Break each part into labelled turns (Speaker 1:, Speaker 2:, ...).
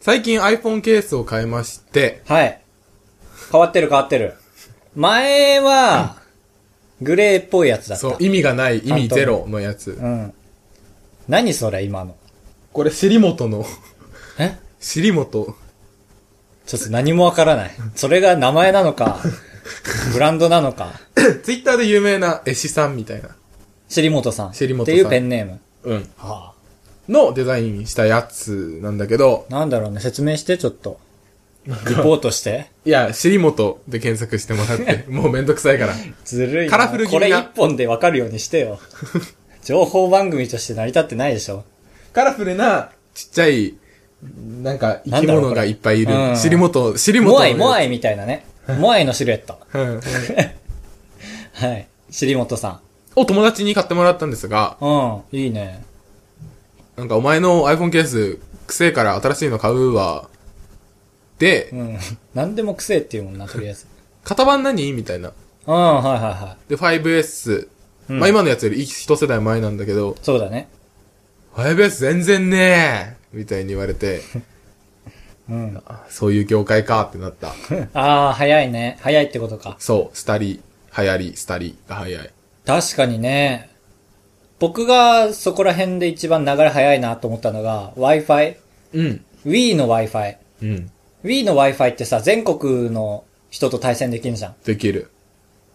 Speaker 1: 最近 iPhone ケースを変えまして、
Speaker 2: はい。変わってる変わってる。前は、グレーっぽいやつだった。
Speaker 1: そう、意味がない、意味ゼロのやつ
Speaker 2: う。ん。何それ、今の。
Speaker 1: これ、尻元の、
Speaker 2: え
Speaker 1: 尻 元。
Speaker 2: ちょっと何もわからない。それが名前な のか、ブランドなのか、
Speaker 1: ツイッターで有名な絵師さんみたいな。
Speaker 2: 尻本さん。
Speaker 1: 尻本さん
Speaker 2: っていうペンネーム。
Speaker 1: うん。
Speaker 2: は
Speaker 1: のデザインしたやつなんだけど、
Speaker 2: あ、なんだろうね、説明して、ちょっと。リポートして。
Speaker 1: いや、尻元で検索してもらっ て、もうめんどくさいから。
Speaker 2: ずるいな。
Speaker 1: カラフル気
Speaker 2: こ
Speaker 1: 味
Speaker 2: れ
Speaker 1: な
Speaker 2: 一本でわかるようにし てよ。情報番組として成り立ってないでしょ。
Speaker 1: カラフルな、ちっちゃい、なんか、生き物がいっぱいい
Speaker 2: なんだろう
Speaker 1: る。
Speaker 2: これ
Speaker 1: 尻元、尻元
Speaker 2: モ
Speaker 1: の
Speaker 2: ア
Speaker 1: や
Speaker 2: イ、
Speaker 1: つ。
Speaker 2: モアイみたいなね。モアイのシルエット。
Speaker 1: うん。
Speaker 2: はい。尻本さ
Speaker 1: を友達に買ってもらったんですが、
Speaker 2: ん。うん。いいね。
Speaker 1: なんかお前の iPhone ケース、くせえから新しいの買うわ。で、
Speaker 2: うん。 何でもくせえっていうもんな、とりあえず。
Speaker 1: 型番何みたいな。
Speaker 2: うん、はいはいは
Speaker 1: で、5S。
Speaker 2: い。うん
Speaker 1: まあ今のやつより一世代前なんだけど、
Speaker 2: そうだ ね。
Speaker 1: 5S 全然ねえみたいに言われて、
Speaker 2: うん。あ
Speaker 1: あそういう業界かってな った。
Speaker 2: あー、早いね。早いってことか。
Speaker 1: そう、スタリ、流行り、スタリが早い。
Speaker 2: 確かにね。僕がそこら辺で一番流れ早いなと思ったのが、Wi-Fi。
Speaker 1: うん。
Speaker 2: Wii の Wi-Fi。
Speaker 1: うん。
Speaker 2: Wii の Wi-Fi ってさ、全国の人と対戦できるじゃん。
Speaker 1: できる。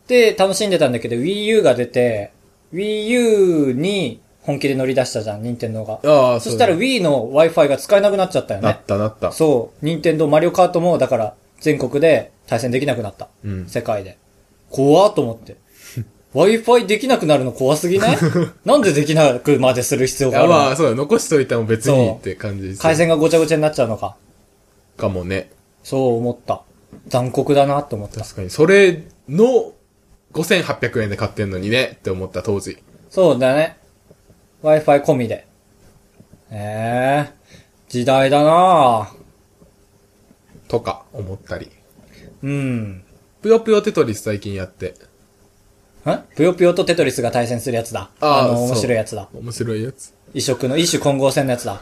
Speaker 2: で、楽しんでたんだけど、Wii U が出て、Wii U に本気で乗り出したじゃん、任天堂が。
Speaker 1: ああ、
Speaker 2: そしたら
Speaker 1: う
Speaker 2: Wii の Wi-Fi が使えなくなっちゃったよ
Speaker 1: だな
Speaker 2: ね
Speaker 1: っ。たなった。
Speaker 2: そう、任天堂マリオカートも、だから、全国で対戦できなくなった。
Speaker 1: うん。
Speaker 2: 世界で。怖っと思って。Wi-Fi できなくなるの怖す ぎないなんでできなくまでする必要
Speaker 1: い
Speaker 2: があ
Speaker 1: や
Speaker 2: るの
Speaker 1: まあ、そうだ、残しといても別に
Speaker 2: そう
Speaker 1: って感じです
Speaker 2: 回線がごちゃごちゃになっちゃうのか。
Speaker 1: かもね。
Speaker 2: そう思った。残酷だなと思った。
Speaker 1: 確かに。それの、5800円で買ってんのにね、って思った当時。
Speaker 2: そうだね。Wi-Fi 込みで。ええ時代だな
Speaker 1: とか、思ったり。
Speaker 2: うん。
Speaker 1: ぷよぷよテトリス最近やって。
Speaker 2: んぷよぷよとテトリスが対戦するやつだ。
Speaker 1: あー
Speaker 2: あの、
Speaker 1: そう
Speaker 2: 面白いやつだ。
Speaker 1: 面白いやつ。
Speaker 2: 異色の、異種混合戦のやつだ。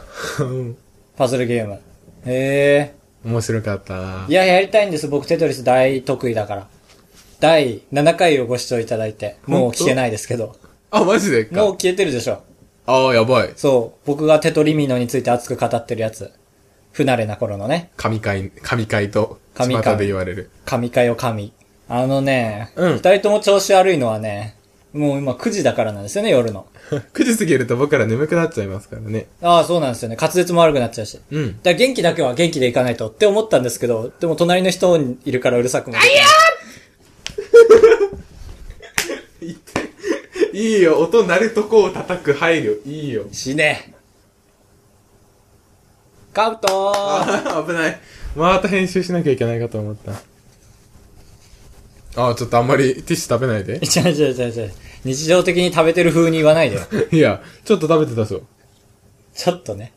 Speaker 2: パズルゲーム。へ
Speaker 1: 面白かったな
Speaker 2: え。いや、やりたいんです。僕、テトリス大得意だから。第7回をご視聴いただいて、もう聞けないですけど。
Speaker 1: あ、マジで
Speaker 2: もう
Speaker 1: か。
Speaker 2: 消えてるでしょ。
Speaker 1: ああ、やばい。
Speaker 2: そう。僕がテトリミノについて熱く語ってるやつ。不慣れな頃のね、
Speaker 1: 神回、神回と、巷
Speaker 2: 神回
Speaker 1: で言われる。
Speaker 2: 神かよ神。あのね、
Speaker 1: うん
Speaker 2: 二人とも調子悪いのはね、もう今9時だからなんですよね、夜の。
Speaker 1: 9時過ぎると僕ら眠くなっちゃいますからね。
Speaker 2: ああ、そうなんですよね。滑舌も悪くなっちゃうし。
Speaker 1: うん。
Speaker 2: だから元気だけは元気でいかないとって思ったんですけど、でも隣の人にいるからうるさくも。あいや
Speaker 1: いいよ、音鳴るとこを叩く配慮。いいよ。
Speaker 2: 死ねカウトー
Speaker 1: あ ー危ない。また編集しなきゃいけないかと思った。あーちょっとあんまりティッシュ食べない で。
Speaker 2: 違う違う違う違う。日常的に食べてる風に言わないでよ。
Speaker 1: いや、ちょっと食べてたぞ。
Speaker 2: ちょっと ね。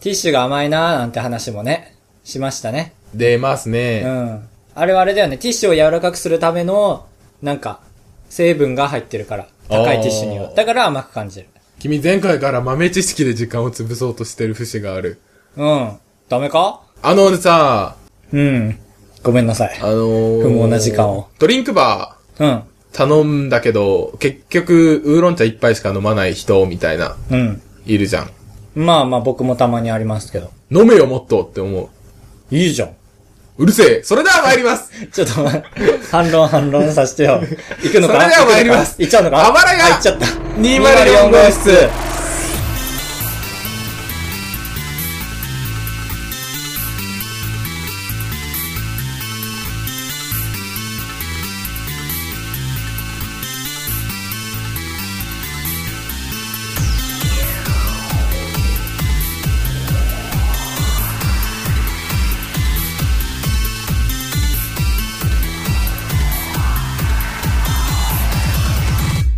Speaker 2: ティッシュが甘いなーなんて話もね、しましたね。
Speaker 1: 出ますね。
Speaker 2: うん。あれはあれだよね。ティッシュを柔らかくするための、なんか、成分が入ってるから。高いティッシュに
Speaker 1: あ
Speaker 2: は。
Speaker 1: ー
Speaker 2: だから甘く感じる。
Speaker 1: 君前回から豆知識で時間を潰そうとしてる節がある。
Speaker 2: うん。ダメか
Speaker 1: あのさ、
Speaker 2: うん。ごめんなさい
Speaker 1: あ。のー、
Speaker 2: 不毛な時間を。
Speaker 1: ドリンクバ
Speaker 2: うん。
Speaker 1: ー頼んだけど、結局、ウーロン茶一杯しか飲まない人みたいな、
Speaker 2: うん。
Speaker 1: いるじゃん。
Speaker 2: まあまあ僕もたまにありますけど。
Speaker 1: 飲めよもっとって思
Speaker 2: いいじゃん。
Speaker 1: う。うるせえそれでは参ります
Speaker 2: ちょっと待って、反論反論させ てよ。行くのか
Speaker 1: それでは参ります
Speaker 2: 行っちゃうのか
Speaker 1: あばらや
Speaker 2: あ行っちゃった。
Speaker 1: !204 号室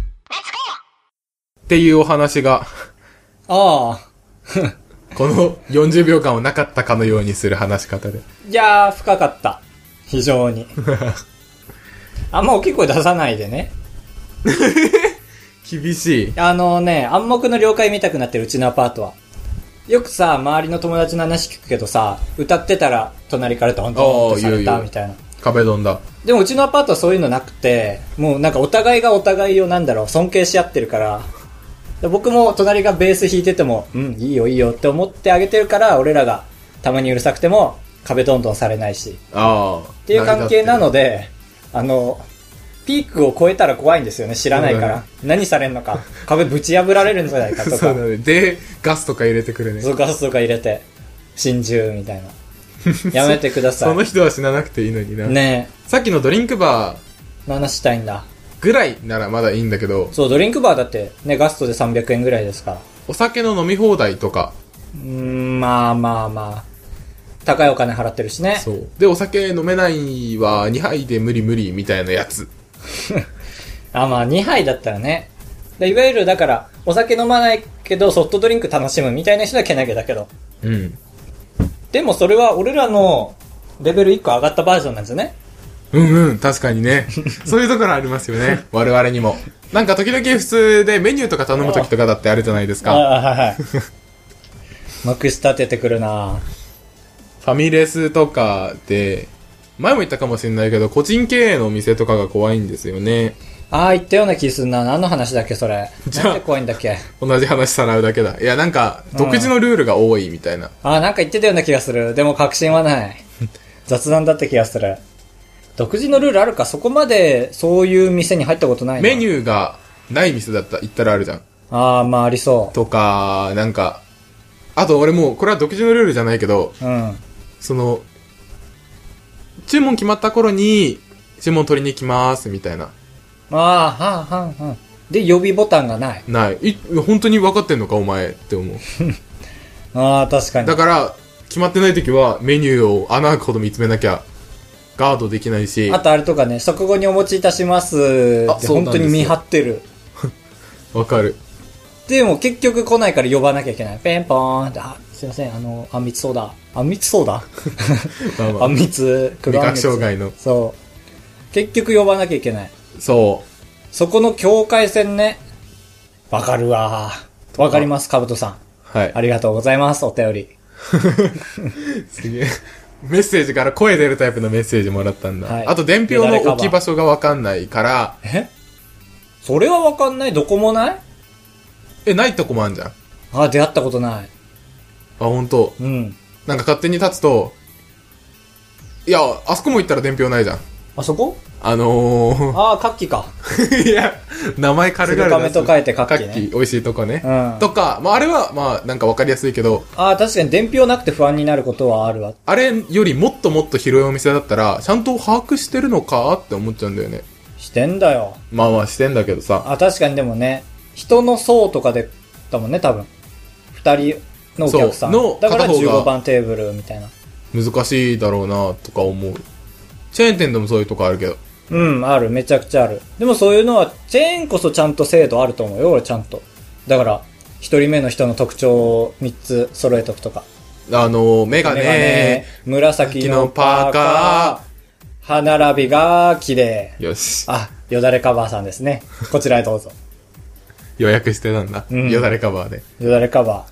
Speaker 1: っていうお話が、
Speaker 2: ああ。
Speaker 1: この40秒間をなかったかのようにする話し方で。
Speaker 2: いやー、深かった。非 常に。あんま大きい声出さないでね。
Speaker 1: 厳しい。
Speaker 2: あのね、暗黙の了解見たくなってる、うちのアパートは。よくさ、周りの友達の話聞くけどさ、歌ってたら隣からドンドンってされ
Speaker 1: あー言う
Speaker 2: た
Speaker 1: 言う
Speaker 2: みたいな。
Speaker 1: 壁ドンだ。
Speaker 2: でもうちのアパートはそういうのなくて、もうなんかお互いがお互いをなんだろう、尊敬し合ってるから、で僕も隣がベース弾いてても、うん、いいよいいよって思ってあげてるから、俺らがたまにうるさくても壁どんどんされないし、
Speaker 1: ああ。っ
Speaker 2: っていう関係なので、あの、ピークを超えたら怖いんですよね、知らないか
Speaker 1: そうだ
Speaker 2: ら。何されんのか、壁ぶち破られるんじゃないかと か、
Speaker 1: そうだね。で、ガスとか入れてくるね。
Speaker 2: そうガスとか入れて、心中みたいな。やめてくださ
Speaker 1: その
Speaker 2: い。
Speaker 1: 人は死ななくていいのにな。
Speaker 2: ね
Speaker 1: さっきのドリンクバー
Speaker 2: え、話したいんだ。
Speaker 1: ぐらいならまだいいんだけど、
Speaker 2: そう、ドリンクバーだって、ね、ガストで300円ぐらいですから。
Speaker 1: お酒の飲み放題とか、
Speaker 2: うーん、まあまあまあ。高いお金払ってるしね。
Speaker 1: そう。で、お酒飲めないは2杯で無理無理みたいなやつ。
Speaker 2: あ、まあ2杯だったらね。でいわゆるだから、お酒飲まないけどソフトドリンク楽しむみたいな人はけなげだけど。
Speaker 1: うん。
Speaker 2: でもそれは俺らのレベル1個上がったバージョンなんですよね。
Speaker 1: うんうん、確かに ね。そういうところありますよね。我々にも。なんか時々普通でメニューとか頼む時とかだってあるじゃないです
Speaker 2: あ
Speaker 1: か。
Speaker 2: あ、はい はい。まくし立ててくるな
Speaker 1: ファミレスとかで、前も言ったかもしれないけど、個人経営のお店とかが怖いんですよね。
Speaker 2: ああ、言ったような気すんな。何の話だっけ、それ。
Speaker 1: じゃあ
Speaker 2: なんで怖いんだっけ。
Speaker 1: 同じ話さらうだけだ。いや、なんか、独自のルールが多いみたいな。
Speaker 2: ああ、なんか言ってたような気がする。でも確信は ない。雑談だった気がする。独自のルールあるかそこまでそういう店に入ったことないな
Speaker 1: メニ
Speaker 2: ュー
Speaker 1: ューがない店だった、行ったらあるじゃん。
Speaker 2: ああ、まあありそ
Speaker 1: とか、なんか、あと俺もう、これは独自のルールじゃないけど、
Speaker 2: う。うん。
Speaker 1: その、注文決まった頃に、注文取りに来ます、みたいな。
Speaker 2: ああ、はんはんはん。で、予備ボタンがない。
Speaker 1: ない。い、本当に分かってんのか、お前って思う。
Speaker 2: ああ、確かに
Speaker 1: だ。から、決まってない時は、メニューを穴開くほど見つめなきゃ、ガードできないし、
Speaker 2: あとあれとかね、食後にお持ちいたします
Speaker 1: あ
Speaker 2: って
Speaker 1: そうなんで
Speaker 2: 本
Speaker 1: すよ
Speaker 2: 当に見張ってる。
Speaker 1: わかる。
Speaker 2: でも結局来ないから呼ばなきゃいけない。ペンポーンって、あ、すいません、あの、あんみつソーダ。 あんみつソーダ
Speaker 1: まあま
Speaker 2: あ
Speaker 1: あ
Speaker 2: んみつ、黒あんみ
Speaker 1: 味覚障
Speaker 2: つ。
Speaker 1: 害の
Speaker 2: そう。結局呼ばなきゃいけない。
Speaker 1: そ
Speaker 2: そこの境界線ね。わかるわ。わかります、かぶとさん。
Speaker 1: う。はい。
Speaker 2: ありがとうございます、お便り。
Speaker 1: すげえ。 メッセージから声出るタイプのメッセージもらったんだ。
Speaker 2: はい
Speaker 1: あと、伝票
Speaker 2: よだれカ
Speaker 1: の
Speaker 2: バー
Speaker 1: 置き場所がわかんないから、
Speaker 2: えそれはわかんないどこもない
Speaker 1: え、ないとこもあんじゃん。あ、
Speaker 2: あ、出会ったことない。
Speaker 1: ほんと。
Speaker 2: うん。
Speaker 1: なんか勝手に立つと、いや、あそこも行ったら伝票ないじゃん。
Speaker 2: あそこ
Speaker 1: あの
Speaker 2: ああ、カッキか。
Speaker 1: ー、 いや、名前軽々出す
Speaker 2: 鶴亀と書いてカッキね
Speaker 1: 美味しいとこね。
Speaker 2: うん
Speaker 1: とか、まあ、あれは、まあ、なんかわかりやすいけど、
Speaker 2: ああ、確かに伝票なくて不安になることはあるわ。
Speaker 1: あれよりもっともっと広いお店だったら、ちゃんと把握してるのかって思っちゃうんだよね。
Speaker 2: してんだよ。
Speaker 1: まあまあしてんだけどさ。
Speaker 2: あ、確かにでもね、人の層とかで、だもんね、多分。二人のお客さん。
Speaker 1: そうの
Speaker 2: だから
Speaker 1: 片方が
Speaker 2: 15番テーブルみたいな。
Speaker 1: 難しいだろうなとか思う。チェーン店でもそういうとこあるけど。
Speaker 2: うん、ある。めちゃくちゃある。でもそういうのは、チェーンこそちゃんと制度あると思うよ、俺ちゃんと。だから、一人目の人の特徴を3つ揃えとくとか。
Speaker 1: あの、メガ
Speaker 2: メガネ
Speaker 1: ネ、
Speaker 2: 紫のパーカー、歯並びが綺麗。
Speaker 1: よし。
Speaker 2: あ、よだれカバーさんですね。こちらへどうぞ。
Speaker 1: 予約してたんだ。
Speaker 2: うん
Speaker 1: よだれカバーで。
Speaker 2: よだれカバ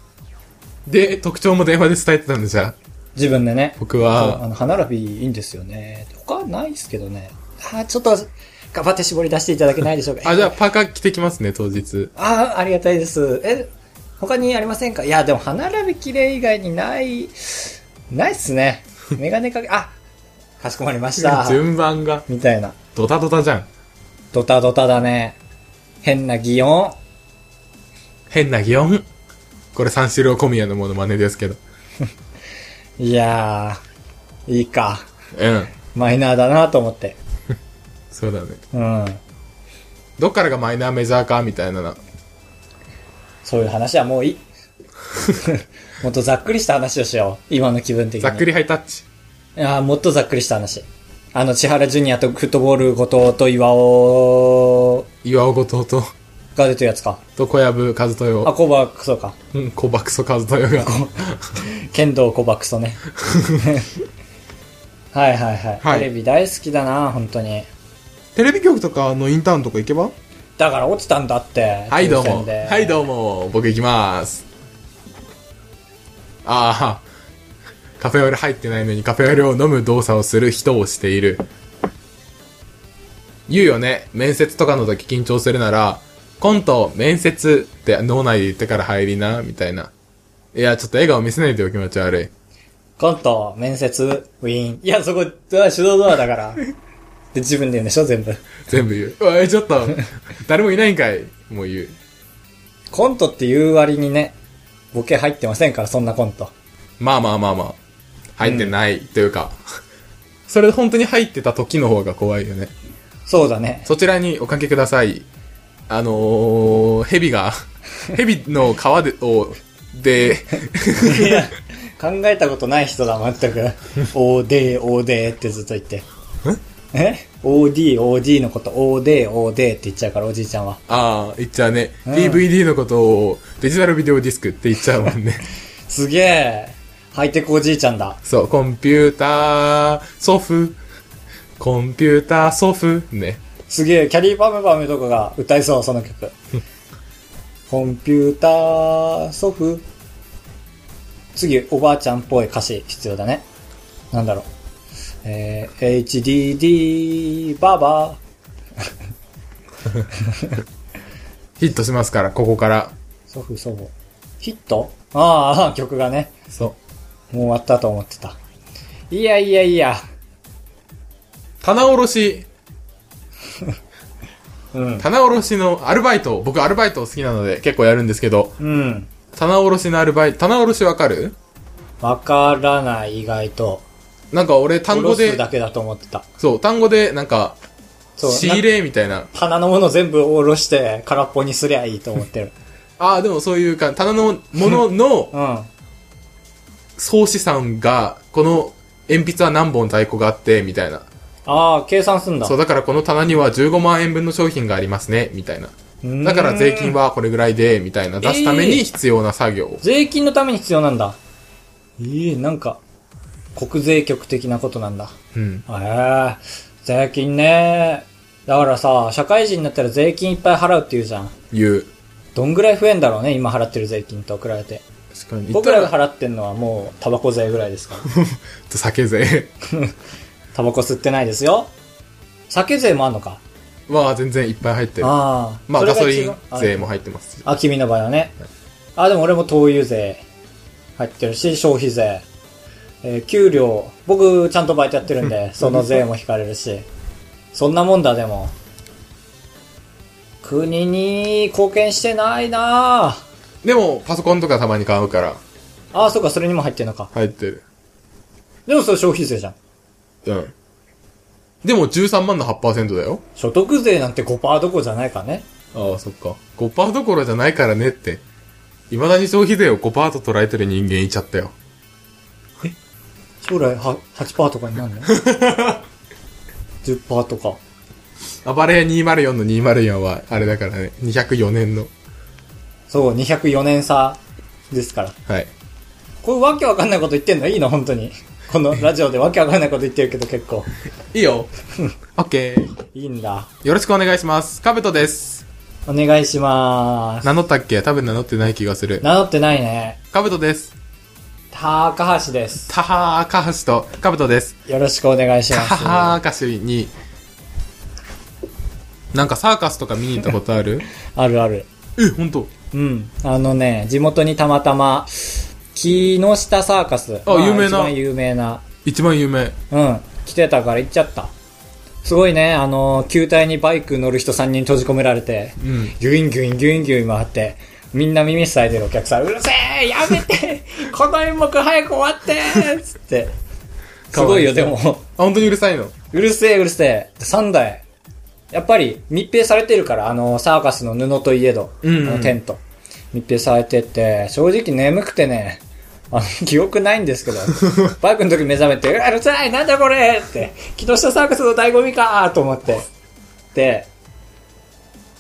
Speaker 2: ー。
Speaker 1: で、特徴も電話で伝えてたんでじゃあ
Speaker 2: 自分でね。
Speaker 1: 僕
Speaker 2: そうあ
Speaker 1: は、
Speaker 2: の、歯並びいいんですよね。他ないですけどね。あーちょっと、頑張って絞り出していただけないでしょうか。
Speaker 1: あ、じゃあパーカー着てきますね、当日。
Speaker 2: あーありがたいです。え、他にありませんかいや、でも歯並び綺麗以外にない、ないっすね。メガネかけ、あ、かしこまりました。
Speaker 1: 順番が、
Speaker 2: みたいな。
Speaker 1: ドタドタじゃん。
Speaker 2: ドタドタだね。変な擬音。
Speaker 1: 変な擬音。これ三四郎小宮のモノマネですけど。
Speaker 2: いやー、いいか。
Speaker 1: うん。
Speaker 2: マイナーだなと思って。
Speaker 1: そうだね。
Speaker 2: うん。
Speaker 1: どっからがマイナーメジャーかみたいなな。
Speaker 2: そういう話はもう いい。もっとざっくりした話をしよう。今の気分的に。
Speaker 1: ざっくりハイタッチ。
Speaker 2: いやーもっとざっくりした話。あの、千原ジュニアとフットボール後藤と岩尾
Speaker 1: 岩尾後藤と、
Speaker 2: が出てるやつか。
Speaker 1: と小籔和豊
Speaker 2: あ、
Speaker 1: を、
Speaker 2: コバクソか。
Speaker 1: うん、小爆ソ和豊が。
Speaker 2: 剣道コバ クソね。はいはいはい。
Speaker 1: はい
Speaker 2: テレビ大好きだな、本当に。
Speaker 1: テレビ局とかのインターンとか行けば
Speaker 2: だから落ちたんだって。
Speaker 1: はいどう
Speaker 2: 抽
Speaker 1: も。
Speaker 2: 選で
Speaker 1: はいどうも。僕行きます。ああ、カフェオレ入ってないのにカフェオレを飲む動作をする人をしている。言うよね。面接とかの時緊張するなら、コント、面接って脳内で言ってから入りな、みたいな。いや、ちょっと笑顔見せないでお気持ち悪い。
Speaker 2: コント、面接、ウィーン。いや、そこ、ドア手動ドアだから。で、自分で言うんでしょ、全部。
Speaker 1: 全部言う。おい、ちょっと、誰もいないんかい。もう言う。
Speaker 2: コントっていう割にね、ボケ入ってませんから、そんなコント。
Speaker 1: まあまあまあまあ。入ってないというか、それ本当に入ってた時の方が怖いよね。
Speaker 2: そうだね。
Speaker 1: そちらにおかけください。あのー、蛇 が、蛇の皮で、を、で、
Speaker 2: いや考えたことない人だ、全く。おーでー、おーでーってずっと言って。えおー ?OD、OD のこと、おーでー、おーでーって言っちゃうから、おじいちゃんは。
Speaker 1: ああ、言っちゃうね、
Speaker 2: ん
Speaker 1: DVD のことをデジタルビデオディスクって言っちゃうも んね。
Speaker 2: すげえ。ハイテクおじいちゃんだ。
Speaker 1: そう、コンピューター、ソフ、コンピューター、ソフ、ね。
Speaker 2: すげえ、キャリーパムパムとかが歌いそう、その曲。コンピューター、祖父。次、おばあちゃんっぽい歌詞必要だね。なんだろう。えー、HDD、ババ
Speaker 1: ヒットしますから、ここから。
Speaker 2: 祖父、祖母。ヒットああ、曲がね。
Speaker 1: そう。
Speaker 2: もう終わったと思ってた。いやいやいや。
Speaker 1: 棚卸し、
Speaker 2: うん。
Speaker 1: 棚卸しのアルバイト、僕アルバイト好きなので結構やるんですけど、
Speaker 2: うん。
Speaker 1: 棚卸しのアルバイト、棚卸しわかる
Speaker 2: わからない、意外と。
Speaker 1: なんか俺単語
Speaker 2: おろす
Speaker 1: で、
Speaker 2: だけだと思ってた。
Speaker 1: そう、単語でなんか、
Speaker 2: そう
Speaker 1: 仕入れみたいな。
Speaker 2: 棚のもの全部おろして空っぽにすりゃいいと思っ てる。
Speaker 1: ああ、でもそういうか、棚のものの
Speaker 2: うん。
Speaker 1: 総資産が、この鉛筆は何本在庫があって、みたいな。
Speaker 2: ああ、計算すんだ。
Speaker 1: そう、だからこの棚には15万円分の商品がありますね、みたいな。だから税金
Speaker 2: は。
Speaker 1: はこれぐらいで、みたいな。出すために必要な作業。
Speaker 2: 税金のために必要なんだ。ええなんか、国税局的なことなんだ。
Speaker 1: うん。
Speaker 2: ええ税金ねだからさ、社会人になったら税金いっぱい払うって言うじゃん。
Speaker 1: いう。
Speaker 2: どんぐらい増えんだろうね、今払ってる税金と比べて。
Speaker 1: 確かに。
Speaker 2: 僕ら
Speaker 1: 言
Speaker 2: が
Speaker 1: った
Speaker 2: 払ってんのはもう、タバコ税ぐらいで すから。
Speaker 1: 酒 税
Speaker 2: タバコ吸ってないですよ。酒税もあんのか。
Speaker 1: は全然いっぱい入ってる。
Speaker 2: ああ。
Speaker 1: まあ
Speaker 2: それ
Speaker 1: ガ
Speaker 2: が
Speaker 1: ソ
Speaker 2: 一
Speaker 1: リン
Speaker 2: 番あ
Speaker 1: 税も入ってます。
Speaker 2: あ、君の場合はね。あ、でも俺も灯油税入ってるし、消費税。えー給料、僕ちゃんとバイトやってるん で、その税も引かれるし。そんなもんだ、でも。国に貢献してないなぁ。
Speaker 1: でも、パソコンとかたまに買うから、
Speaker 2: ああ、そっか、それにも入ってんのか。
Speaker 1: 入ってる。
Speaker 2: でもそれ消費税じゃん。
Speaker 1: うん。でも13万の8%だよ。
Speaker 2: 所得税なんて5%どころじゃないからね。
Speaker 1: ああ、そっか。5%どころじゃないからねって。未だに消費税を5%と捉えてる人間いちゃったよ。
Speaker 2: 将来は8%とかになる の ?10% とか。
Speaker 1: 暴れ屋204の204は、あれだからね、204年の。
Speaker 2: そう、204年差ですから。
Speaker 1: はい。
Speaker 2: これわけわかんないこと言ってんのいいの本当に。このラジオでわけわかんないこと言ってるけど結構。
Speaker 1: いいよ。オッケー。
Speaker 2: いいんだ。
Speaker 1: よろしくお願いします。カブトです。
Speaker 2: お願いしまーす。
Speaker 1: 名乗ったっけ多分名乗ってない気がする。
Speaker 2: 名乗ってないね。
Speaker 1: カブトです。
Speaker 2: 高橋です。
Speaker 1: タハーカハシと、カブトです。
Speaker 2: よろしくお願いし
Speaker 1: タ
Speaker 2: ま
Speaker 1: ハーカシに、なんかサーカスとか見に行ったことある
Speaker 2: す。あるある。
Speaker 1: え、ほんと。
Speaker 2: うん。あのね、地元にたまたま、木下サーカス。ま
Speaker 1: 有名な
Speaker 2: 一番有名な。
Speaker 1: 一番有名。
Speaker 2: うん。来てたから行っちゃった。すごいね、あの、球体にバイク乗る人3人閉じ込められて、
Speaker 1: うん。
Speaker 2: ギュインギュインギュインギュイン回って、みんな耳塞いでるお客さん、うるせえやめてこの演目早く終わってつって。すごいよ、でも。
Speaker 1: あ、本当にうるさいの。
Speaker 2: うるせえうるせえ。3台。やっぱり密閉されてるから、あの、サーカスの布といえど、
Speaker 1: うんうん
Speaker 2: あのテント。密閉されてて、正直眠くてね、あの、記憶ないんで すけど、バイクの時目覚めて、うわうるさいなんだこれって、木下サーカスの醍醐味かと思って。で、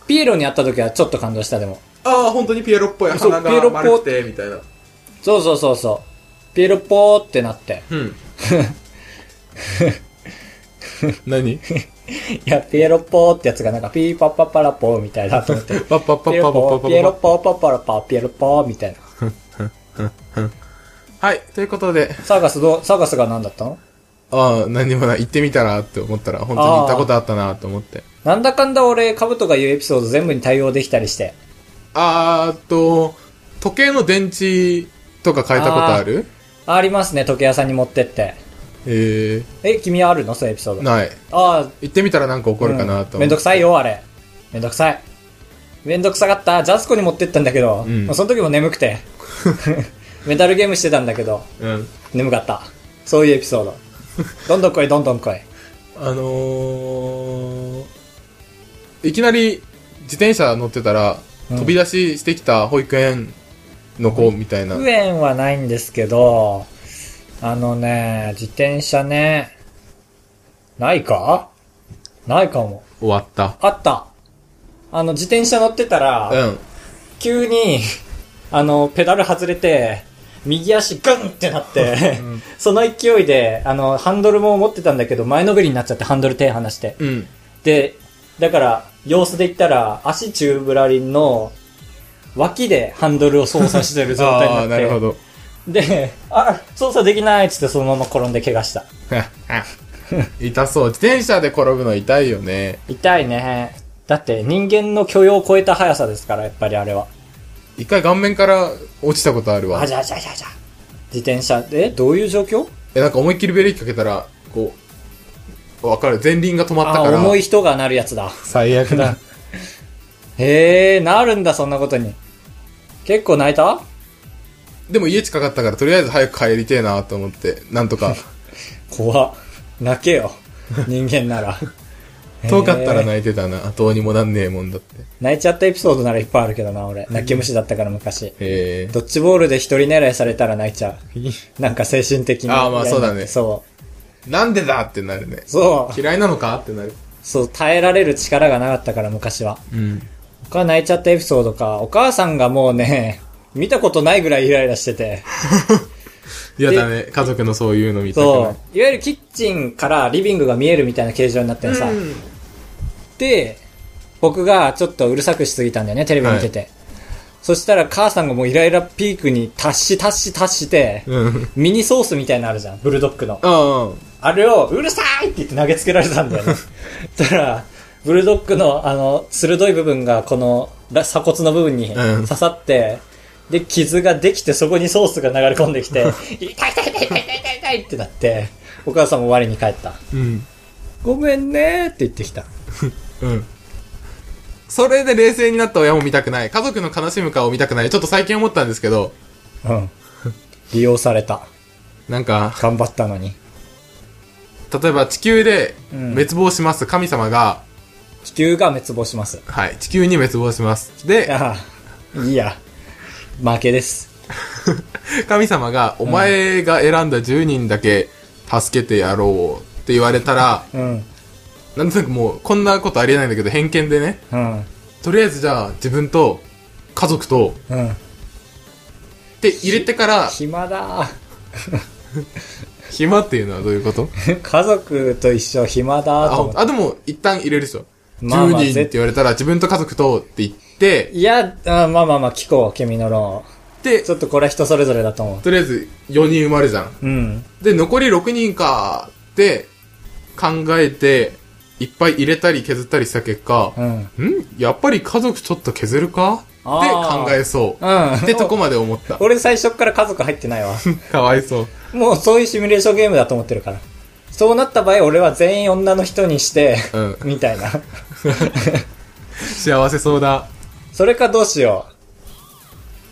Speaker 2: ピエロに会った時はちょっと感動した、でも。
Speaker 1: ああ、本当にピエロっぽい
Speaker 2: そう
Speaker 1: 鼻
Speaker 2: ピエロ
Speaker 1: が
Speaker 2: っぽい
Speaker 1: 丸くて、みたいな。
Speaker 2: そうそうそうそう。ピエロっぽーってなって。
Speaker 1: うん。何
Speaker 2: いや、ピエロっぽーってやつがなんかピーパッパッパラポーみたいだと思って。
Speaker 1: パッパッパ
Speaker 2: ピ
Speaker 1: ッ
Speaker 2: エ
Speaker 1: パ
Speaker 2: ロ
Speaker 1: ッパッパッパ
Speaker 2: っぽ
Speaker 1: ッパ
Speaker 2: ー、ピエロ
Speaker 1: ッ
Speaker 2: っぽー、パッパラパー、ピエロっぽーみたいな。
Speaker 1: はい、ということで、
Speaker 2: サーガスどう、サーガスが何だったの
Speaker 1: ああ、何にもない、行ってみたらって思ったら、本当に行ったことあったなと思って。
Speaker 2: なんだかんだ俺、カブトが言うエピソード全部に対応できたりして。
Speaker 1: あーっと、時計の電池とか変えたことある
Speaker 2: あありますね、時計屋さんに持ってって。
Speaker 1: え
Speaker 2: え、君はあるのそういうエピソー
Speaker 1: ー、
Speaker 2: ド。
Speaker 1: ない。
Speaker 2: ああ、
Speaker 1: 行ってみたらなんか起こるかなと思って。
Speaker 2: うんめんどくさいよ、あれ。めんどくさい。めんどくさかった。ジャスコに持ってったんだけど、
Speaker 1: うん
Speaker 2: まあその時も眠くて。メタルゲームしてたんだけど、
Speaker 1: うん。
Speaker 2: 眠かった。そういうエピソード。どんどん来い、どんどん来い。
Speaker 1: あのー、いきなり自転車乗ってたら、
Speaker 2: うん
Speaker 1: 飛び出ししてきた保育園の子みたいな。
Speaker 2: 不縁はないんですけど、あのね、自転車ね、ないかないかも。
Speaker 1: 終わった。
Speaker 2: あった。あの、自転車乗ってたら、
Speaker 1: うん。
Speaker 2: 急に、あの、ペダル外れて、右足ガンってなって、 その勢いで、あの、ハンドルも持ってたんだけど、前のめりになっちゃってハンドル手離して。
Speaker 1: うん。
Speaker 2: で、だから、様子で言ったら、足チューブラリンの脇でハンドルを操作してる状態に
Speaker 1: あ
Speaker 2: なっ
Speaker 1: あ、
Speaker 2: て。
Speaker 1: なるほど。
Speaker 2: で、あ、操作できないっつってそのまま転んで怪我した。
Speaker 1: 痛そう。自転車で転ぶの痛いよね。
Speaker 2: 痛いね。だって人間の許容を超えた速さですから、やっぱりあれは。
Speaker 1: 一回顔面から落ちたことあるわ
Speaker 2: あ。じゃあじゃあじゃあじゃあ。自転車、え、どういう状況
Speaker 1: え、なんか思いっきりブレーキかけたら、こう、わかる。前輪が止まった
Speaker 2: あ、
Speaker 1: から。
Speaker 2: 重い人がなるやつだ。
Speaker 1: 最悪だ。
Speaker 2: へえ、なるんだ、そんなことに。結構泣いた
Speaker 1: でも家近かったから、とりあえず早く帰りてえなと思って、なんとか。
Speaker 2: 怖っ泣けよ。人間なら。
Speaker 1: 遠かったら
Speaker 2: へえ
Speaker 1: 泣いてたな。どうにもなんねえもんだって。
Speaker 2: 泣いちゃったエピソードならいっぱいあるけどな、俺。泣き虫だったから昔。
Speaker 1: へえ。
Speaker 2: ドッジボールで一人狙いされたら泣いちゃう。なんか精神的に。
Speaker 1: あーまあそうだね
Speaker 2: そ
Speaker 1: なんでだってなるね
Speaker 2: う。。そう。
Speaker 1: 嫌いなのかってなる。
Speaker 2: そう、耐えられる力がなかったから昔は。
Speaker 1: うん。
Speaker 2: 他泣いちゃったエピソードか。お母さんがもうね、 見たことないぐらいイライラしてて。
Speaker 1: 嫌だね。家族のそういうの見たくな
Speaker 2: そ
Speaker 1: い。
Speaker 2: う。いわゆるキッチンからリビングが見えるみたいな形状になってるさ。
Speaker 1: うん
Speaker 2: で、僕がちょっとうるさくしすぎたんだよね、テレビ見てて。そしたら母さんがもうイライラピークに達し達し達して、
Speaker 1: うん。
Speaker 2: ミニソースみたいなのあるじゃん、ブルドッグの。
Speaker 1: あ
Speaker 2: あれを、うるさいって言って投げつけられたんだよね。そしたら、ブルドッグの、あの、鋭い部分が、この、ら鎖骨の部分に
Speaker 1: うん
Speaker 2: 刺さって、で、傷ができて、そこにソースが流れ込んできて、痛い痛い痛い痛い痛い痛い痛いってなって、お母さんも我に帰った。
Speaker 1: あ。うん。
Speaker 2: ごめんねーって言ってきた。
Speaker 1: うん。それで冷静になった親も見たくない。家族の悲しむ顔を見たくない。ちょっと最近思ったんですけど、
Speaker 2: うん。利用された。
Speaker 1: なんか、
Speaker 2: 頑張ったのに。
Speaker 1: 例えば地球で
Speaker 2: うん
Speaker 1: 滅亡します。神様が、
Speaker 2: 地球が滅亡します。
Speaker 1: はい、地球に滅亡します。
Speaker 2: い
Speaker 1: で、
Speaker 2: や、いいや。負けです。
Speaker 1: 神様が、お前が選んだ10人だけ助けてやろうって言われたら、
Speaker 2: うん。
Speaker 1: なんとなくもう、こんなことありえないんだけど、偏見でね。
Speaker 2: うん。
Speaker 1: とりあえずじゃあ、自分と、家族と、
Speaker 2: うん。
Speaker 1: って入れてから、
Speaker 2: 暇だー。
Speaker 1: 暇っていうのはどういうこと
Speaker 2: 家族と一緒暇だと思
Speaker 1: あ
Speaker 2: っ、て。
Speaker 1: あでも、一旦入れるでしょ。
Speaker 2: まあまあ
Speaker 1: 10人って言われたら、自分と家族とって言って、
Speaker 2: いや、あまあまあまあ、聞こう、君の論。
Speaker 1: で、
Speaker 2: ちょっとこれは人それぞれだと思う。
Speaker 1: とりあえず4人生まれじゃん。
Speaker 2: うん。
Speaker 1: で、残り6人かって考えて、いっぱい入れたり削ったりした結果、
Speaker 2: うん。うん。
Speaker 1: んやっぱり家族ちょっと削るかって
Speaker 2: あー
Speaker 1: 考えそう。ってとこまで思った。
Speaker 2: 俺最初っから家族入ってないわ。
Speaker 1: かわいそう。
Speaker 2: もうそういうシミュレーションゲームだと思ってるから。そうなった場合、俺は全員女の人に して、
Speaker 1: うん。
Speaker 2: みたいな。
Speaker 1: 幸せそうだ。
Speaker 2: それかどうしよう。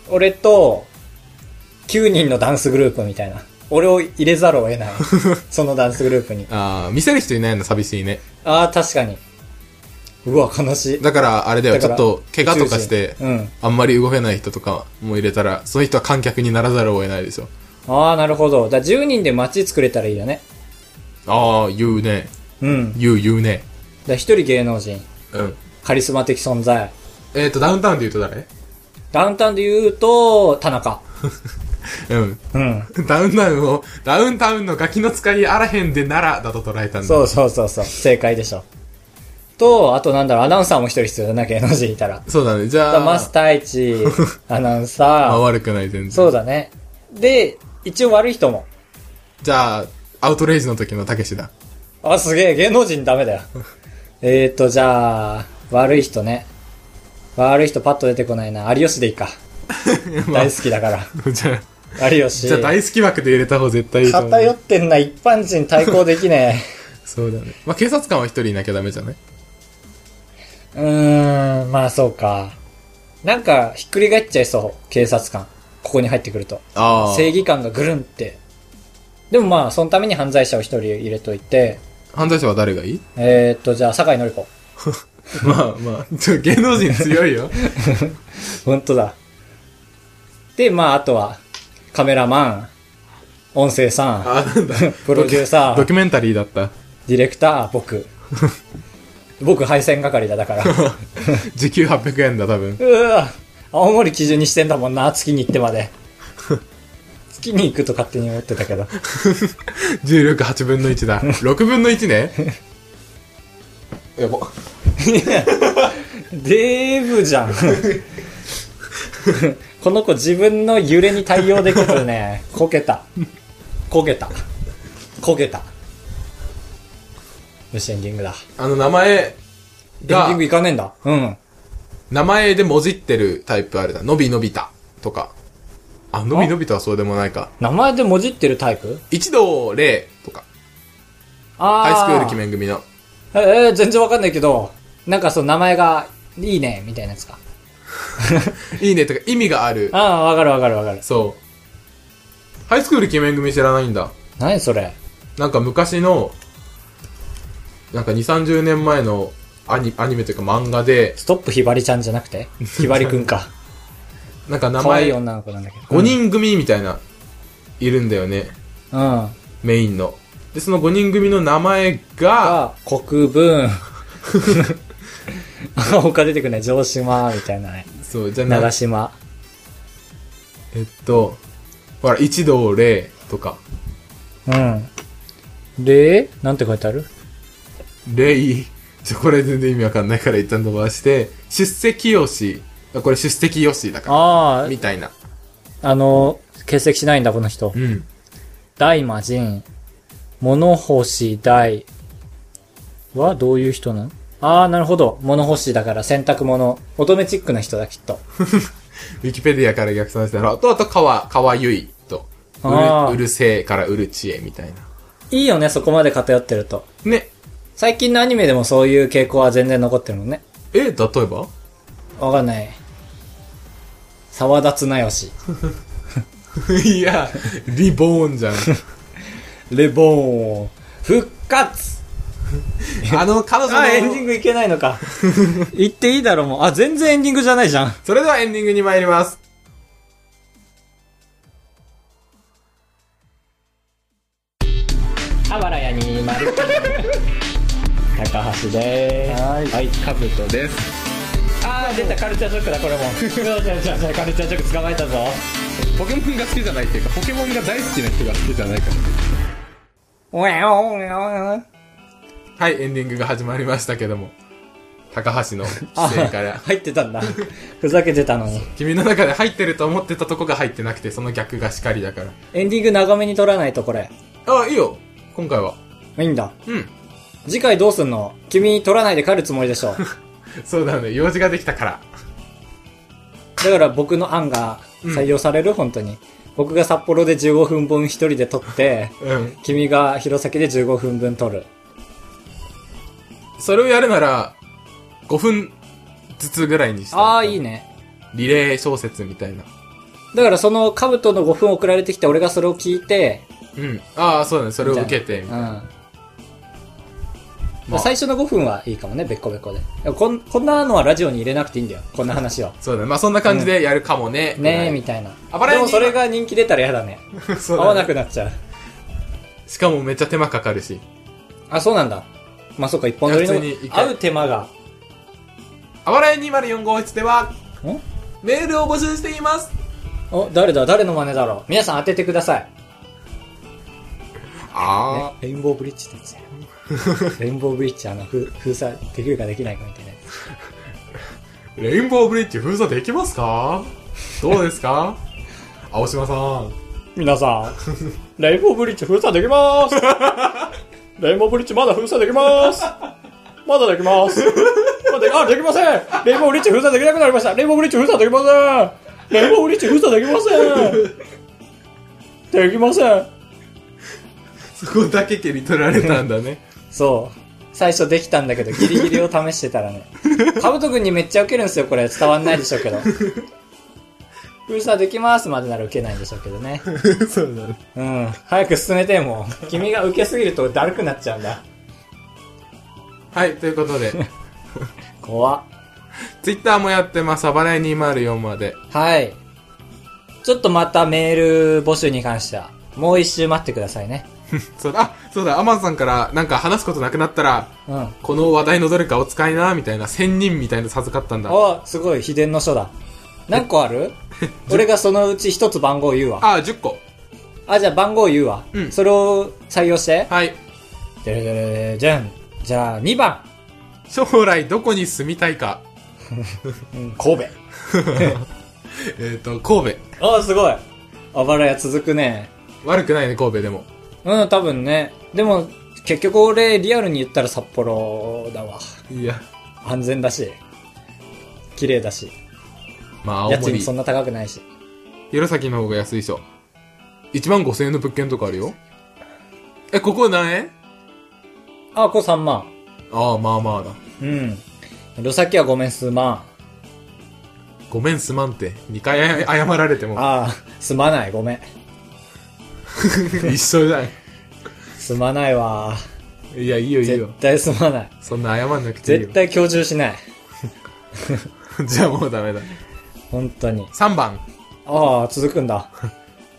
Speaker 2: 俺と、9人のダンスグループみたいな。俺を入れざるを 得ない。そのダンスグループに。
Speaker 1: あー見せる人いないの寂しいね。
Speaker 2: ああ、確かに。うわ、悲しい。
Speaker 1: だから、あれだよ、
Speaker 2: だ
Speaker 1: ち
Speaker 2: か
Speaker 1: ょ
Speaker 2: ら
Speaker 1: っと、怪我とかして、
Speaker 2: うん。
Speaker 1: あんまり動けない人とかも入れたら、その人は観客にならざるを得ないでしょ。
Speaker 2: ああ、なるほど。だ10人で街作れたらいいよね。
Speaker 1: ああ、言うね。
Speaker 2: うん。だ
Speaker 1: 言う、言うね。
Speaker 2: 1人芸能人。
Speaker 1: うん。
Speaker 2: カリスマ的存在。
Speaker 1: えっ、ー、と、ダウンタウンで言うと
Speaker 2: ダウンタウンで言うと、田中。
Speaker 1: 誰うん。
Speaker 2: うん。
Speaker 1: ダウンタウンを、ダウンタウンのガキの使いあらへんでなら、だと捉えたんだ。
Speaker 2: そうそうそうそう。正解でしょ。と、あとなんだろう、アナウンサーも1人必要だな、芸能人いたら。
Speaker 1: そうだね。じ
Speaker 2: だ
Speaker 1: ゃ
Speaker 2: か
Speaker 1: あ、
Speaker 2: らマスターイチ、アナウン
Speaker 1: まあ
Speaker 2: サー。
Speaker 1: 悪くない、全然。
Speaker 2: そうだね。で、一応悪い人も。
Speaker 1: じゃあ、アウトレイジの時のたけし だ。
Speaker 2: あ、すげえ、芸能人ダ メだよ。えーと、じゃあ、悪い人ね。悪い人パッと出てこないな。有吉でいいか。大好きだか
Speaker 1: じゃあ、
Speaker 2: ら。有吉。
Speaker 1: じゃあ大好き枠で入れた方絶対いいと思う。
Speaker 2: 偏ってんな、一般人対抗できね
Speaker 1: そうだね。まあ、警察官は一人いなきゃダメじゃない
Speaker 2: え。うーん、まあそうか。なんか、ひっくり返っちゃいそう。警察官。ここに入ってくると。
Speaker 1: あ
Speaker 2: 正義感がぐるんって。でもまあ、そのために犯罪者を一人入れといて、
Speaker 1: 犯罪者は誰がい い
Speaker 2: えーっと、じゃあ、酒井のり子。
Speaker 1: まあまあ、ちょ、芸能人強い よ。
Speaker 2: 本当だ。で、まあ、あとは、カメラマン、音声さん、
Speaker 1: あ、なんだ。
Speaker 2: プロデューサー
Speaker 1: ドキュメンタリーだった。
Speaker 2: ディレクター、 僕。僕、配線係だ、だから。
Speaker 1: 時給800円だ、多 分。
Speaker 2: うわ青森基準にしてんだもんな、月に行って まで。月に行くと勝手に思ってたけど。
Speaker 1: 重力8分の1だ。6分の1ね。やば。
Speaker 2: デーブじゃん。 この子自分の揺れに対応できずね、こけた。こけた。こけた。よし、エンディングだ。
Speaker 1: あの、名前
Speaker 2: エンディン
Speaker 1: が
Speaker 2: グ、いかねえんだ。うん。
Speaker 1: 名前でもじってるタイプあるだ。のびのびた。とか。あ、のびのびたはそうでもないか。
Speaker 2: 名前でもじってるタイプ
Speaker 1: 一同礼とか。
Speaker 2: あ
Speaker 1: ハイ
Speaker 2: ー
Speaker 1: スクール鬼面組の。
Speaker 2: えー、全然わかんないけど、なんかその名前がいいね、みたいなやつか。
Speaker 1: いいねとか、意味がある。
Speaker 2: ああ、わかるわかるわかる。
Speaker 1: そう。ハイスクール鬼面組知らないんだ。
Speaker 2: 何それ。
Speaker 1: なんか昔の、なんか2、30年前のアニアニメというか漫画で、
Speaker 2: ストップひばりちゃんじゃなく てひばりくんか。
Speaker 1: なんか名
Speaker 2: 可愛い
Speaker 1: 前、
Speaker 2: 女の子なんだけど。
Speaker 1: 5人組みたいな、いるんだよね。
Speaker 2: うん。うん。
Speaker 1: メインの。で、その5人組の名前が、
Speaker 2: あ、国分。 あ、他出てくるね。城島、みたいなね。
Speaker 1: そう、じゃあな
Speaker 2: 長島。
Speaker 1: えっと、ほら、一同礼とか、
Speaker 2: うん。で、なんて書いてある
Speaker 1: 礼、ちょ、これ全然意味わかんないから一旦伸ばして、出席よし、あこれ出席よしだか
Speaker 2: あ
Speaker 1: ら、みたいな。
Speaker 2: あ、あの、欠席しないんだ、この人
Speaker 1: う。ん。
Speaker 2: 大魔神、物干大はどういう人なのああ、なるほど。物干しだから洗濯物。乙女チックな人だ、きっと。
Speaker 1: ウィキペディアから逆算したら、あと、あと、かわ、かわゆいと、う
Speaker 2: あー
Speaker 1: る、うるせえからうるちえみたいな。
Speaker 2: いいよね、そこまで偏ってると。
Speaker 1: ね。
Speaker 2: 最近のアニメでもそういう傾向は全然残ってるもんね。
Speaker 1: え、例えば
Speaker 2: わかんない。沢田綱吉。
Speaker 1: いや、リボー ンじゃん。
Speaker 2: レボーン。復活
Speaker 1: あの、彼女の、
Speaker 2: あ、エンディングいけないの か。言っていいだろ、もう。あ、全然エンディングじゃないじゃん。
Speaker 1: それではエンディングに参ります。
Speaker 2: あばらやにまる。高橋でーす。
Speaker 1: はい
Speaker 2: はい。
Speaker 1: カブトです。
Speaker 2: あー出たカルチャーショックだこれも違う違う違う違うカルチャーショック捕まえたぞ
Speaker 1: ポケモンが好きじゃないっていうか、ポケモンが大好きな人が好きじゃないから。
Speaker 2: おやおやおや
Speaker 1: はい、エンディングが始まりましたけども。高橋の規制 から。
Speaker 2: 入ってたんだふざけてたのに
Speaker 1: 君の中で入ってると思ってたとこが入ってなくて、その逆がしかりだから。
Speaker 2: エンディング長めに撮らないとこれ
Speaker 1: あ、いいよ。今回は。
Speaker 2: いいんだ
Speaker 1: うん。
Speaker 2: 次回どうすんの君撮らないで帰るつもりでし ょだ
Speaker 1: そうだね。用事ができたから。
Speaker 2: から僕の案が採用される、本当に僕が札幌で15分分一人で撮って
Speaker 1: うん。
Speaker 2: 君が弘前で15分分撮る
Speaker 1: それをやるなら、5分ずつぐらいにして。
Speaker 2: ああいい。ね
Speaker 1: リレー小説みたいな。
Speaker 2: だからその兜の5分送られてきて俺がそれを聞いて
Speaker 1: うん。ああ、そうだね。それを受けて。
Speaker 2: うん。
Speaker 1: まあ
Speaker 2: 最初の5分はいいかもね、べっこべっこで。でもこんこんなのはラジオに入れなくていいんだよ、こんな話は。
Speaker 1: そうだね。まあ、そんな感じでやるかもね。
Speaker 2: ねえ、み
Speaker 1: た
Speaker 2: たいな。
Speaker 1: あばら
Speaker 2: で
Speaker 1: やに
Speaker 2: もそれが人気出たら嫌だね。
Speaker 1: いな。そ
Speaker 2: 合
Speaker 1: うだね
Speaker 2: わなくなっちゃう。
Speaker 1: しかもめっちゃ手間かかるし。
Speaker 2: あ、そうなんだ。まあ、そうか、一本撮りの
Speaker 1: いや普通に一回
Speaker 2: 合う手間が。
Speaker 1: あばらや204号室では、
Speaker 2: ん
Speaker 1: メールを募集しています。
Speaker 2: お、誰だ誰の真似だろう皆さん当ててください。ね
Speaker 1: あ、
Speaker 2: レインボーブリッジってやつや。 レインボーブリッジ、あの、ふ封鎖できるかできないかみたいなやつ。
Speaker 1: あ、レインボーブリッジ封鎖できますかどうですか青島さん。
Speaker 2: 皆 さん、レインボーブリッジ封鎖でき ますレインボーブリッジまだ封鎖できますまだできますまだあ、できませんレインボーブリッジ封鎖できなくなりましたレインボーブリッジ封鎖できませんレインボーブリッジ封鎖できませんできません
Speaker 1: そこだけ切り取られたんだね。
Speaker 2: そう。最初できたんだけど、ギリギリを試してた らね。カブト君にめっちゃウケるんですよ、これ。伝わんないでしょうけど。封鎖できますまでならウケないんでしょうけどね。
Speaker 1: そうだね。
Speaker 2: うん。早く進めて、もう。君がウケすぎるとだるくなっちゃうんだ。
Speaker 1: はい、ということで、
Speaker 2: 怖っ。
Speaker 1: ツイッターもやってます。サバライ204まで。
Speaker 2: はい。ちょっとまたメール募集に関しては、もう一周待ってくださいね。
Speaker 1: そうだ、あ、そうだ、アマンさんからなんか話すことなくなったら、
Speaker 2: うん。
Speaker 1: この話題のどれかお使いな、みたいな、千人みたいな授かったんだ。
Speaker 2: おすごい、秘伝の書だ。何個 ある俺がそのうち一つ番号言うわ。
Speaker 1: あ、10個。
Speaker 2: あ、じゃあ番号言うわ。
Speaker 1: うん
Speaker 2: それを採用して。
Speaker 1: はい。
Speaker 2: でれでれでれじゃん。じゃあ、2番。
Speaker 1: 将来どこに住みたいか。
Speaker 2: 神戸。
Speaker 1: えっ、と、神戸。
Speaker 2: ああ、すごい。あばらや続くね。
Speaker 1: 悪くないね、神戸でも。
Speaker 2: うん、多分ね。でも、結局俺、リアルに言ったら札幌だわ。
Speaker 1: いや、
Speaker 2: 安全だし。綺麗だし。
Speaker 1: まあ、
Speaker 2: 家
Speaker 1: 青
Speaker 2: 賃も
Speaker 1: 森
Speaker 2: そ、んな高くないし。
Speaker 1: 弘前の方が安いでしょ。1万5千円の物件とかあるよ。え、ここ何円
Speaker 2: ああ、これ3万。
Speaker 1: ああ、まあまあだ。
Speaker 2: うん。路先はごめん、すまん。
Speaker 1: ごめん、すまんって。2回あや謝られても。
Speaker 2: ああ、すまない、ごめん。
Speaker 1: 一緒じゃん。
Speaker 2: すまないわ。
Speaker 1: いや、いいよいい
Speaker 2: 絶
Speaker 1: よ。
Speaker 2: 対すまない。
Speaker 1: そんな謝んなくていいよ
Speaker 2: 絶。対強調しない。
Speaker 1: じゃあもうダメだ。
Speaker 2: 本当に。
Speaker 1: 3番。
Speaker 2: ああ、続くんだ。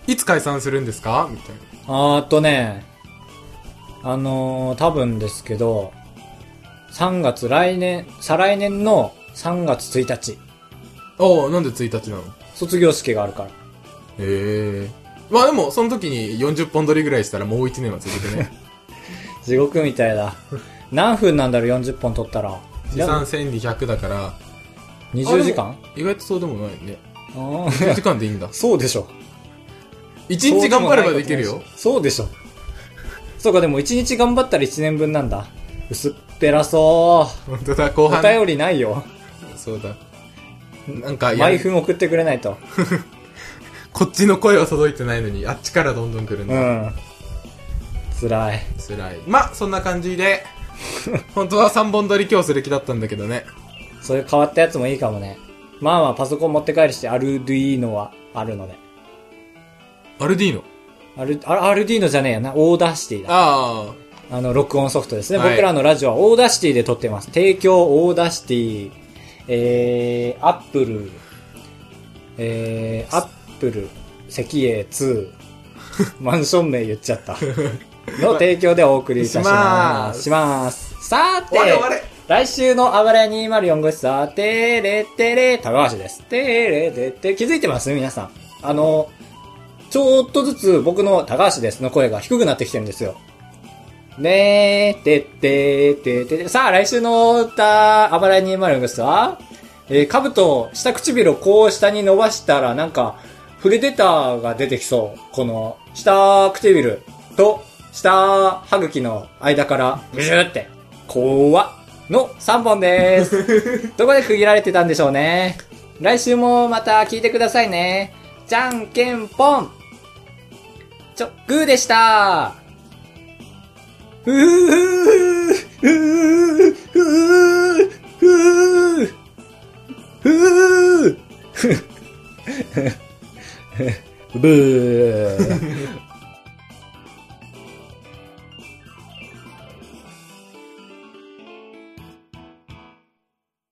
Speaker 1: いつ解散するんですかみたいな。
Speaker 2: あーっとね、あのー、多分ですけど、3月、来年、再来年の3月1日、
Speaker 1: おおなんで1日なの
Speaker 2: 卒業式があるから。
Speaker 1: へえ。まあでも、その時に40本取りぐらいしたらもう1年は続くね。
Speaker 2: 地獄みたい だ。何分なんだろう、40本取ったら。
Speaker 1: 時間1200だから。
Speaker 2: 20時間
Speaker 1: あでも意外とそうでもないね。
Speaker 2: あー。
Speaker 1: 1時間でいいんだ
Speaker 2: そうでしょ。
Speaker 1: 1日頑張ればできるよ。。
Speaker 2: そうでしょ。そうか、でも1日頑張ったら1年分なんだ。薄っぺらそう。
Speaker 1: 本当だ、後
Speaker 2: お
Speaker 1: 半。
Speaker 2: 便りないよ。
Speaker 1: そうだ。なんか、や
Speaker 2: 毎、分送ってくれないと。
Speaker 1: こっちの声は届いてないのに、あっちからどんどん来るん
Speaker 2: う
Speaker 1: だ。
Speaker 2: ん。辛い。
Speaker 1: 辛い。まあ、そんな感じで、本当は3本取り今日する気だったんだけどね。
Speaker 2: そういう変わったやつもいいかもね。まあまあパソコン持って帰るし、アルディーノはあるので。
Speaker 1: アルディーノ。
Speaker 2: アル、あアルディーノじゃねえやな。オーダーシティだ。あ
Speaker 1: あ
Speaker 2: の、録音ソフトですね。
Speaker 1: はい
Speaker 2: 僕らのラジオはオーダーシティで撮ってます。提供、オーダーシティ、えー、アップル、えー、アップル、石英2、マ ンション名言っちゃった。の提供でお送りいたします。し
Speaker 1: し
Speaker 2: ます。さ
Speaker 1: あ。
Speaker 2: て、
Speaker 1: 終われ終われ。
Speaker 2: 来週のあばらや204号室は、てーれてれ、高橋です。てーれてって、気づいてます皆さん。あの、ちょっとずつ僕の高橋ですの声が低くなってきてるんですよ。ねー、てってててて。さあ、来週の歌、あばらや204号室は、えー、かぶと、下唇をこう下に伸ばしたら、なんか、フレデターが出てきそう。この、下唇と、下歯茎の間から、ぐしゅーって、こわの3本です。どこで区切られてたんでしょうね。来週もまた聞いてくださいね。じゃんけんぽんちょ、グーでしたうーうーうーうー うーブー